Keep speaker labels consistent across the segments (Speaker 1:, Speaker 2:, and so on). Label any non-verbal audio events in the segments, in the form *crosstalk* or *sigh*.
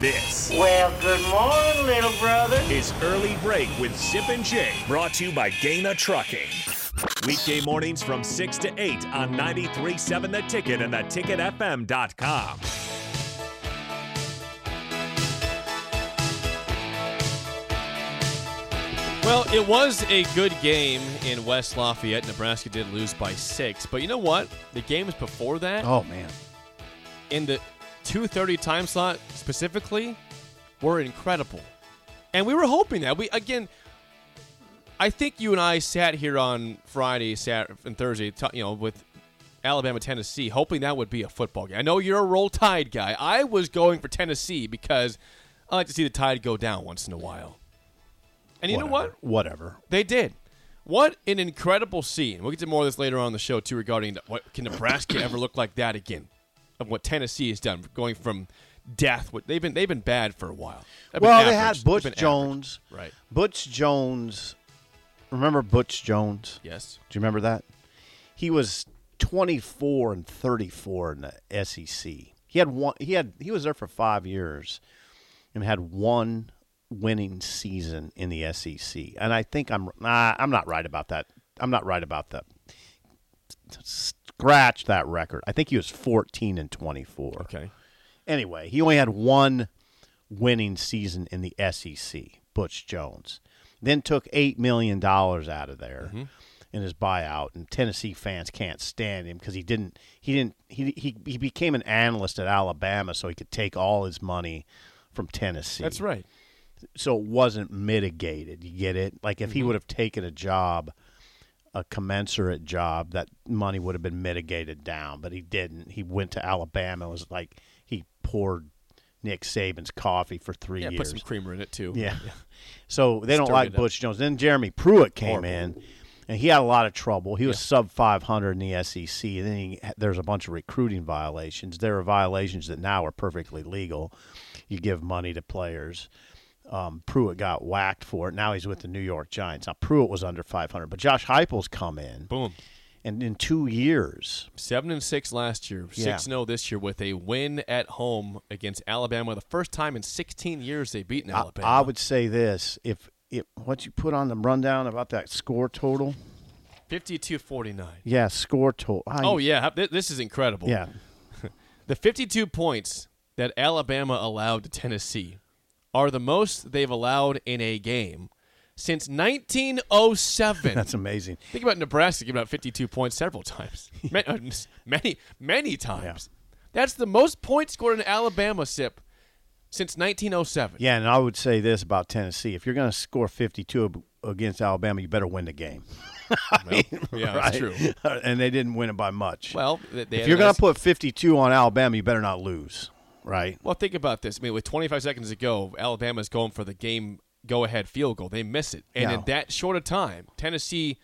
Speaker 1: This
Speaker 2: Well, good morning, little brother.
Speaker 1: is Early Break with Zip and Jay, brought to you by Dana Trucking. Weekday mornings from 6 to 8 on 93.7 The Ticket and theticketfm.com.
Speaker 3: Well, it was a good game in West Lafayette. Nebraska did lose by six, but you know what? The games before that,
Speaker 4: Oh man,
Speaker 3: in the 2:30 time slot specifically, were incredible, and we were hoping that we again. I think you and I sat here on Friday, Saturday, and Thursday, t- you know, with Alabama, Tennessee, hoping that would be a football game. I know you're a roll tide guy. I was going for Tennessee because I like to see the tide go down once in a while. And you know what?
Speaker 4: Whatever.
Speaker 3: They did. What an incredible scene. We'll get to more of this later on in the show, too, regarding what can Nebraska ever look like that again? Of what Tennessee has done, going from death. What they've been they've been bad for a while. They've been
Speaker 4: Well, they
Speaker 3: average.
Speaker 4: had Butch
Speaker 3: They've been
Speaker 4: Jones.
Speaker 3: average. Right.
Speaker 4: Butch Jones. Remember Butch Jones?
Speaker 3: Yes.
Speaker 4: Do you remember that? He was 24 and 34 in the SEC. He had one. He had. He was there for five years, and had one winning season in the SEC. And I think I'm. Nah, I'm not right about that. I'm not right about that. Scratch that record. I think he was 14 and 24
Speaker 3: Okay.
Speaker 4: anyway, he only had one winning season in the SEC, Butch Jones. Then took $8 million out of there in his buyout, and Tennessee fans can't stand him because he didn't, he didn't, he, he, he became an analyst at Alabama so he could take all his money from Tennessee
Speaker 3: That's right.
Speaker 4: so it wasn't mitigated. You get it? Like if
Speaker 3: Mm-hmm.
Speaker 4: he would have taken a job, a commensurate job, that money would have been mitigated down. But he didn't. He went to Alabama. It was like he poured Nick Saban's coffee for three
Speaker 3: Yeah, put
Speaker 4: years.
Speaker 3: some creamer in it too.
Speaker 4: yeah. So they don't
Speaker 3: Stirred
Speaker 4: like
Speaker 3: it up.
Speaker 4: Butch Jones. Then Jeremy Pruitt came in, and he had a lot of trouble. He was sub 500 in the SEC. And then he, there's a bunch of recruiting violations. There are violations that now are perfectly legal. You give money to players. Um, Pruitt got whacked for it. Now he's with the New York Giants. Now Pruitt was under 500, but Josh Heupel's come in,
Speaker 3: Boom.
Speaker 4: and in two years,
Speaker 3: Seven and six last year.
Speaker 4: Yeah.
Speaker 3: Six zero this year with a win at home against Alabama. The first time in 16 years they've beaten
Speaker 4: I,
Speaker 3: Alabama.
Speaker 4: I would say this: if if what you put on the rundown about that score total,
Speaker 3: 52-49.
Speaker 4: yeah, score total. I-
Speaker 3: Oh yeah, Th- this is incredible.
Speaker 4: yeah.
Speaker 3: The 52 points that Alabama allowed to Tennessee are the most they've allowed in a game since 1907.
Speaker 4: That's amazing.
Speaker 3: Think about Nebraska giving up 52 points several
Speaker 4: *laughs*
Speaker 3: times, Ma- uh, s- many, many times. That's the most points scored in Alabama sip since 1907.
Speaker 4: Yeah, and I would say this about Tennessee: if you're going to score 52 ab- against Alabama, you better win the game.
Speaker 3: yeah,
Speaker 4: *laughs* right?
Speaker 3: that's true.
Speaker 4: and they didn't win it by much.
Speaker 3: Well, th- they
Speaker 4: if
Speaker 3: had
Speaker 4: you're
Speaker 3: a
Speaker 4: going
Speaker 3: nice-
Speaker 4: to put 52 on Alabama, you better not lose, right?
Speaker 3: Well, think about this. I mean, with 25 seconds to go, Alabama's going for the game go ahead field goal. They miss it. And in
Speaker 4: Yeah.
Speaker 3: that short a time, Tennessee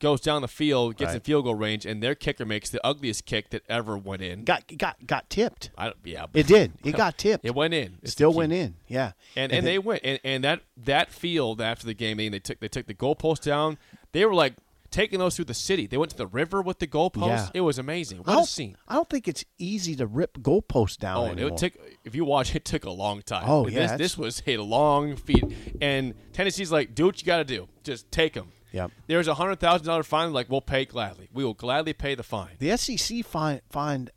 Speaker 3: goes down the field, gets in
Speaker 4: Right.
Speaker 3: field goal range, and their kicker makes the ugliest kick that ever went in.
Speaker 4: Got got got tipped.
Speaker 3: I don't, yeah.
Speaker 4: It did. It got
Speaker 3: *laughs*
Speaker 4: tipped.
Speaker 3: It went in. It's
Speaker 4: Still
Speaker 3: the key.
Speaker 4: went in. Yeah.
Speaker 3: And, and they went and, and that that field after the game, they, they took they took the goalpost down. They were like taking those through the city. They went to the river with the goalpost.
Speaker 4: Yeah.
Speaker 3: It was amazing.
Speaker 4: I
Speaker 3: What a
Speaker 4: don't,
Speaker 3: scene.
Speaker 4: I don't think it's easy to rip goalposts down.
Speaker 3: Oh, and
Speaker 4: anymore.
Speaker 3: it took. If you watch, *laughs* it took a long time.
Speaker 4: Oh,
Speaker 3: But
Speaker 4: yeah,
Speaker 3: This,
Speaker 4: that's-
Speaker 3: this was a long feat, and Tennessee's like, do what you got to do. Just take them.
Speaker 4: Yep.
Speaker 3: There's a hundred thousand dollar fine. Like we'll pay gladly. We will gladly pay the fine.
Speaker 4: the E SEC fine find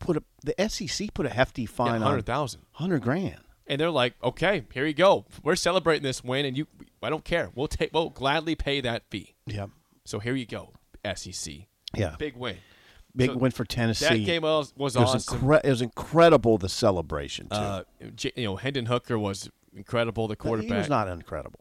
Speaker 4: put a the SEC put a hefty fine
Speaker 3: hundred thousand.
Speaker 4: on hundred grand.
Speaker 3: and they're like, okay, here you go. We're celebrating this win, and you, I don't care. We'll take, we'll gladly pay that fee.
Speaker 4: Yeah.
Speaker 3: So here you go, SEC,
Speaker 4: Yeah. Big,
Speaker 3: big win. so
Speaker 4: win for Tennessee.
Speaker 3: That game was, was
Speaker 4: it was,
Speaker 3: awesome.
Speaker 4: incre- it was incredible the celebration too.
Speaker 3: uh, J- you know, Hendon Hooker was incredible. The
Speaker 4: But
Speaker 3: quarterback.
Speaker 4: He was not incredible.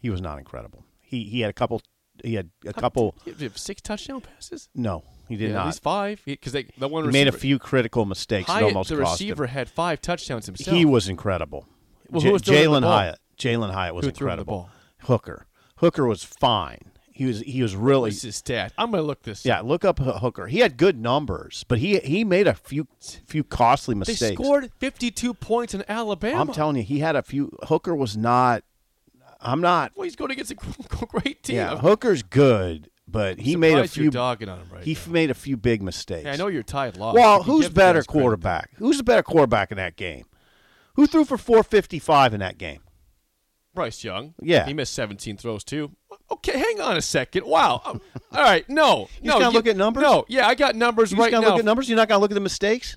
Speaker 4: He was not incredible. He he had a couple. He had a couple.
Speaker 3: He had six touchdown passes.
Speaker 4: No, he did
Speaker 3: Yeah, At
Speaker 4: not.
Speaker 3: least five, because they the one
Speaker 4: He made a
Speaker 3: receiver-
Speaker 4: few critical mistakes that
Speaker 3: Hyatt,
Speaker 4: almost
Speaker 3: the
Speaker 4: cost
Speaker 3: receiver,
Speaker 4: him.
Speaker 3: had five touchdowns himself.
Speaker 4: He was incredible.
Speaker 3: Well,
Speaker 4: J-
Speaker 3: who was throwing him the
Speaker 4: Jalen
Speaker 3: ball?
Speaker 4: Hyatt. Jalen Hyatt was
Speaker 3: Who threw him the
Speaker 4: incredible.
Speaker 3: ball?
Speaker 4: Hooker. Hooker was fine. He was he was really
Speaker 3: What's his stat? I'm gonna look this.
Speaker 4: yeah. Look up H- Hooker. He had good numbers, but he he made a few few costly
Speaker 3: they
Speaker 4: mistakes.
Speaker 3: scored 52 points in Alabama.
Speaker 4: I'm telling you, he had a few. Hooker was not. I'm not.
Speaker 3: Well, he's going against a *laughs* great team.
Speaker 4: Yeah,
Speaker 3: I'm
Speaker 4: Hooker's good, but he made a
Speaker 3: surprised
Speaker 4: few.
Speaker 3: You're dogging on him right
Speaker 4: He
Speaker 3: now.
Speaker 4: f- made a few big mistakes.
Speaker 3: Yeah, I know you're tied loss.
Speaker 4: Well,
Speaker 3: You can
Speaker 4: who's
Speaker 3: give the guys
Speaker 4: better
Speaker 3: credit.
Speaker 4: quarterback? Who's the better quarterback in that game? Who threw for 455 in that game?
Speaker 3: Bryce Young.
Speaker 4: Yeah.
Speaker 3: he missed 17 throws too. Okay, hang on a second. Wow. *laughs* Um, All right, no, no.
Speaker 4: gonna
Speaker 3: you-
Speaker 4: look at numbers?
Speaker 3: No, yeah, I got numbers
Speaker 4: You're
Speaker 3: right
Speaker 4: just gonna
Speaker 3: now.
Speaker 4: look at numbers. You're not gonna look at the mistakes.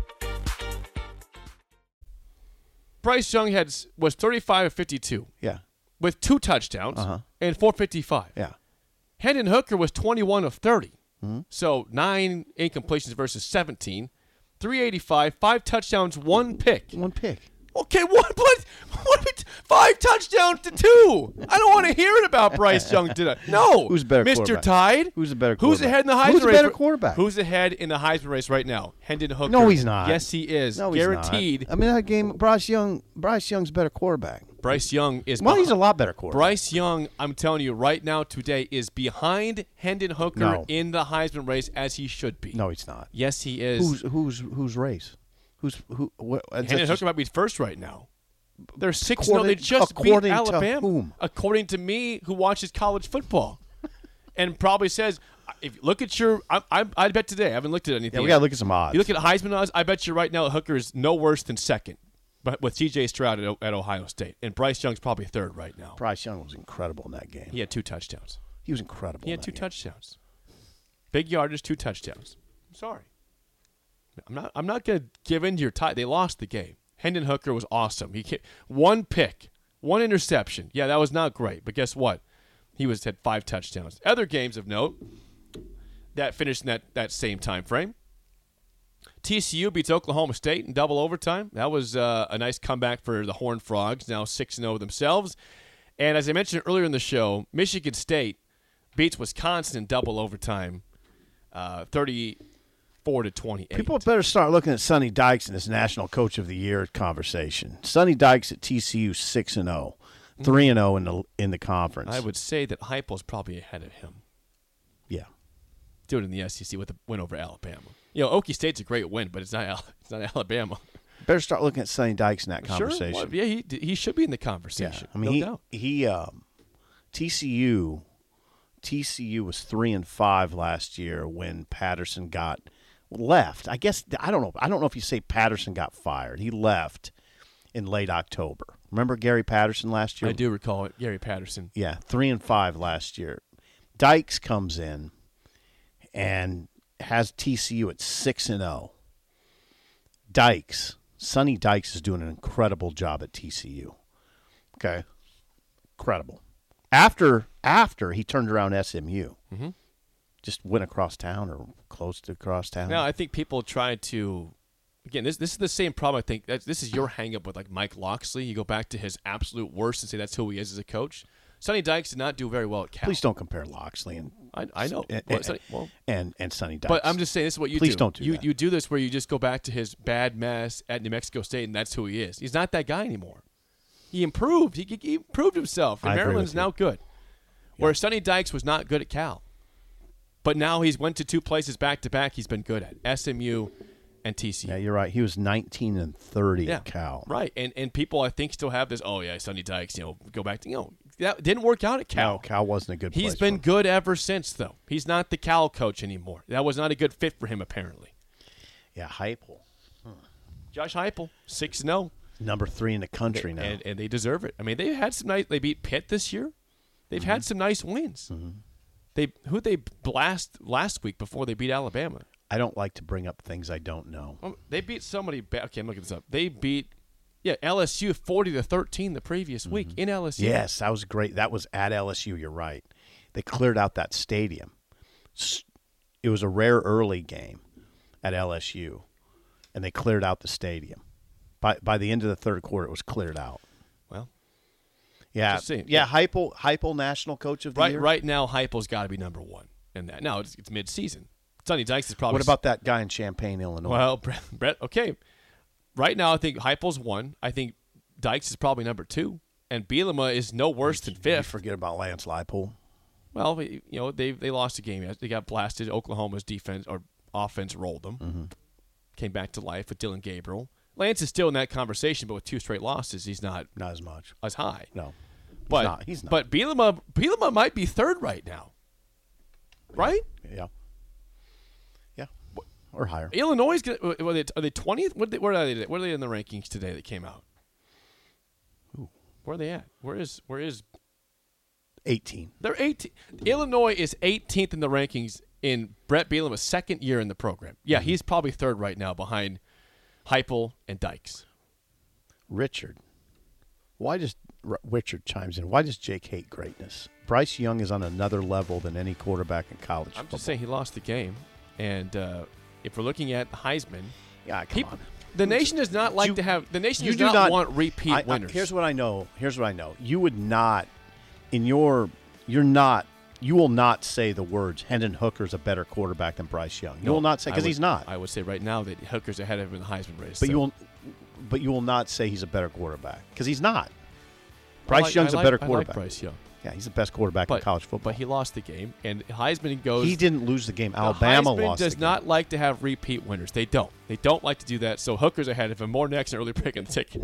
Speaker 3: Bryce Young had s- was 35 of 52
Speaker 4: Yeah,
Speaker 3: with two touchdowns
Speaker 4: Uh-huh.
Speaker 3: and 455.
Speaker 4: yeah.
Speaker 3: Hendon Hooker was 21 of 30.
Speaker 4: Mm-hmm.
Speaker 3: So nine incompletions versus 17. 385, five touchdowns, one pick.
Speaker 4: One pick.
Speaker 3: Okay, what? *laughs* What? what are we t- five touchdowns to two. I don't want to hear it about Bryce
Speaker 4: *laughs*
Speaker 3: Young today. No.
Speaker 4: Who's the better
Speaker 3: Mr.
Speaker 4: quarterback?
Speaker 3: Tide.
Speaker 4: Who's the better
Speaker 3: Who's
Speaker 4: quarterback?
Speaker 3: ahead in the Heisman
Speaker 4: Who's the
Speaker 3: race?
Speaker 4: better
Speaker 3: r-
Speaker 4: quarterback?
Speaker 3: Who's ahead in the Heisman race right now? Hendon Hooker.
Speaker 4: No, he's not.
Speaker 3: Yes, he is.
Speaker 4: No, he's not. Uh,
Speaker 3: Guaranteed.
Speaker 4: I mean, that game. Bryce Young. Bryce Young's a better quarterback.
Speaker 3: Bryce Young is.
Speaker 4: Well, he's a
Speaker 3: behind-
Speaker 4: lot better quarterback.
Speaker 3: Bryce Young, I'm telling you right now today, is behind Hendon Hooker
Speaker 4: No.
Speaker 3: in the Heisman race as he should be.
Speaker 4: No, he's not.
Speaker 3: Yes, he is.
Speaker 4: Who's who's who's race? Who's who? What, that's
Speaker 3: Hendon
Speaker 4: just-
Speaker 3: Hooker might be first right now. They're six. no, they
Speaker 4: According-
Speaker 3: just beat
Speaker 4: according to
Speaker 3: Alabama.
Speaker 4: whom?
Speaker 3: According to me, who watches college
Speaker 4: *laughs*
Speaker 3: football, and probably says, if you look at your, I, I, I bet today I haven't looked at anything.
Speaker 4: yeah, we gotta look at some odds.
Speaker 3: You look at Heisman odds. I bet you right now Hooker is no worse than second, but with T.J. Stroud at, O- at Ohio State, and Bryce Young's probably third right now.
Speaker 4: Bryce Young was incredible in that game.
Speaker 3: He had two touchdowns.
Speaker 4: He was incredible.
Speaker 3: He had
Speaker 4: in that
Speaker 3: two
Speaker 4: game.
Speaker 3: touchdowns. Big yardage, two touchdowns. I'm sorry. I'm not. I'm not going to give in to your tie. They lost the game. Hendon Hooker was awesome. He ca- one pick, one interception. Yeah, that was not great. But guess what? He was had five touchdowns. Other games of note that finished in that, that same time frame. TCU beats Oklahoma State in double overtime. That was uh, a nice comeback for the Horned Frogs, now 6 0 themselves. And as I mentioned earlier in the show, Michigan State beats Wisconsin in double overtime, uh, 34 to 28.
Speaker 4: People better start looking at Sonny Dykes in this National Coach of the Year conversation. Sonny Dykes at TCU six and 0, 3 and zero in the in the conference.
Speaker 3: I would say that Heupel's probably ahead of him.
Speaker 4: yeah.
Speaker 3: Do it in the SEC with a win over Alabama. You know, Okie State's a great win, but it's not Al- it's not Alabama.
Speaker 4: Better start looking at Sonny Dykes in that conversation.
Speaker 3: Sure, well, yeah, he, he should be in the
Speaker 4: Yeah.
Speaker 3: conversation.
Speaker 4: I mean,
Speaker 3: no
Speaker 4: he
Speaker 3: doubt.
Speaker 4: he um, TCU TCU was three and five last year when Patterson got left. I guess I don't know. I don't know if you say Patterson got fired. He left in late October. Remember Gary Patterson last year?
Speaker 3: I do recall it. Gary Patterson.
Speaker 4: Yeah, three and five last year. Dykes comes in and has TCU at six and zero. Dykes, Sonny Dykes is doing an incredible job at TCU. Okay, incredible. After after he turned around SMU,
Speaker 3: Mm-hmm.
Speaker 4: just went across town or close to across town.
Speaker 3: Now I think people try to again, this this is the same problem. I think that's, this is your hang up with like Mike Loxley. You go back to his absolute worst and say that's who he is as a coach. Sonny Dykes did not do very well at Cal.
Speaker 4: Please don't compare Loxley and
Speaker 3: I, I know.
Speaker 4: and
Speaker 3: Well,
Speaker 4: and,
Speaker 3: Sonny- well,
Speaker 4: and, and Sonny Dykes.
Speaker 3: but I'm just saying this is what you
Speaker 4: Please
Speaker 3: do.
Speaker 4: don't do
Speaker 3: you
Speaker 4: that.
Speaker 3: you do this where you just go back to his bad mess at New Mexico State and that's who he is. He's not that guy anymore. He improved. He, he improved himself. And
Speaker 4: I agree
Speaker 3: Maryland's
Speaker 4: with you.
Speaker 3: now good. Where Sonny Dykes was not good at Cal, but now he's went to two places back to back. He's been good at SMU and TCU.
Speaker 4: yeah, you're right. He was 19 and 30 at Cal.
Speaker 3: Right. And and people I think still have this, oh yeah, Sonny Dykes, you know, go back to you know, that didn't work out at Cal.
Speaker 4: No, Oh, Cal wasn't a good.
Speaker 3: He's
Speaker 4: place
Speaker 3: been
Speaker 4: for him.
Speaker 3: good ever since though. He's not the Cal coach anymore. That was not a good fit for him apparently.
Speaker 4: Yeah, Heupel,
Speaker 3: Josh Heupel, 6-0.
Speaker 4: number three oh. in the country now.
Speaker 3: And and they deserve it. I mean, they had some nice they beat Pitt this year. They've
Speaker 4: Mm-hmm.
Speaker 3: had some nice wins. They who they blast last week before they beat Alabama.
Speaker 4: I don't like to bring up things I don't know.
Speaker 3: Um, They beat somebody. Ba- okay, I'm looking this up. They beat, yeah, LSU 40 to 13 the previous week in LSU.
Speaker 4: Mm-hmm. Yes, that was great. That was at LSU. You're right. They cleared out that stadium. S- It was a rare early game at LSU, and they cleared out the stadium. By by the end of the third quarter, it was cleared out.
Speaker 3: Well,
Speaker 4: Yeah,
Speaker 3: Just saying.
Speaker 4: yeah. Heupel, Heupel, national coach of the
Speaker 3: Right,
Speaker 4: year.
Speaker 3: right now, Heupel's got to be number one in that. Now it's, it's mid-season. Sonny Dykes is probably.
Speaker 4: What about that guy in Champaign, Illinois?
Speaker 3: Well, *laughs* Brett, Brett. Okay, right now I think Heupel's one. I think Dykes is probably number two, and Bielema is no worse than
Speaker 4: I
Speaker 3: fifth.
Speaker 4: forget about Lance Leipold.
Speaker 3: Well, we- you know they they lost a game. They got blasted. Oklahoma's defense or offense rolled them.
Speaker 4: Mm-hmm.
Speaker 3: Came back to life with Dylan Gabriel. Lance is still in that conversation, but with two straight losses, he's not
Speaker 4: Not as much.
Speaker 3: as high.
Speaker 4: No,
Speaker 3: but
Speaker 4: not. He's not.
Speaker 3: but Bielema Bielema might be third right now. Right?
Speaker 4: yeah, yeah, or higher.
Speaker 3: Illinois is gonna, were they, are they twentieth? What they, where are they? Where are they in the rankings today that came out? Where are they at? Where is where is
Speaker 4: Eighteen.
Speaker 3: they're eighteen? Illinois is eighteenth in the rankings in Brett Bielema's second year in the program. Yeah,
Speaker 4: Mm-hmm.
Speaker 3: he's probably third right now behind Heupel and Dykes.
Speaker 4: Richard, why does R- Richard chimes in? Why does Jake hate greatness? Bryce Young is on another level than any quarterback in college
Speaker 3: I'm
Speaker 4: football.
Speaker 3: just saying he lost the game, and uh, if we're looking at Heisman,
Speaker 4: yeah, come
Speaker 3: people,
Speaker 4: on.
Speaker 3: the nation does not like to have the nation
Speaker 4: you
Speaker 3: does
Speaker 4: do
Speaker 3: not, want repeat
Speaker 4: I- I-
Speaker 3: winners.
Speaker 4: here's what I know. Here's what I know. You would not, in your, you're not. You will not say the words Hendon Hooker's a better quarterback than Bryce Young. You will not say
Speaker 3: I
Speaker 4: because
Speaker 3: would-
Speaker 4: he's not.
Speaker 3: I would say right now that Hooker's ahead of him in the Heisman race.
Speaker 4: but
Speaker 3: so-
Speaker 4: you will, but you will not say he's a better quarterback because he's not.
Speaker 3: I
Speaker 4: Bryce
Speaker 3: like-
Speaker 4: Young's
Speaker 3: I like-
Speaker 4: a better
Speaker 3: I like
Speaker 4: quarterback.
Speaker 3: Bryce Young,
Speaker 4: Yeah, he's the best quarterback
Speaker 3: but
Speaker 4: in college football.
Speaker 3: But he lost the game, and Heisman goes.
Speaker 4: he didn't lose the game.
Speaker 3: the
Speaker 4: Alabama
Speaker 3: Heisman
Speaker 4: lost.
Speaker 3: does
Speaker 4: the game.
Speaker 3: not like to have repeat winners. They don't. They don't like to do that. So Hooker's ahead of him. More next and early pick in the ticket.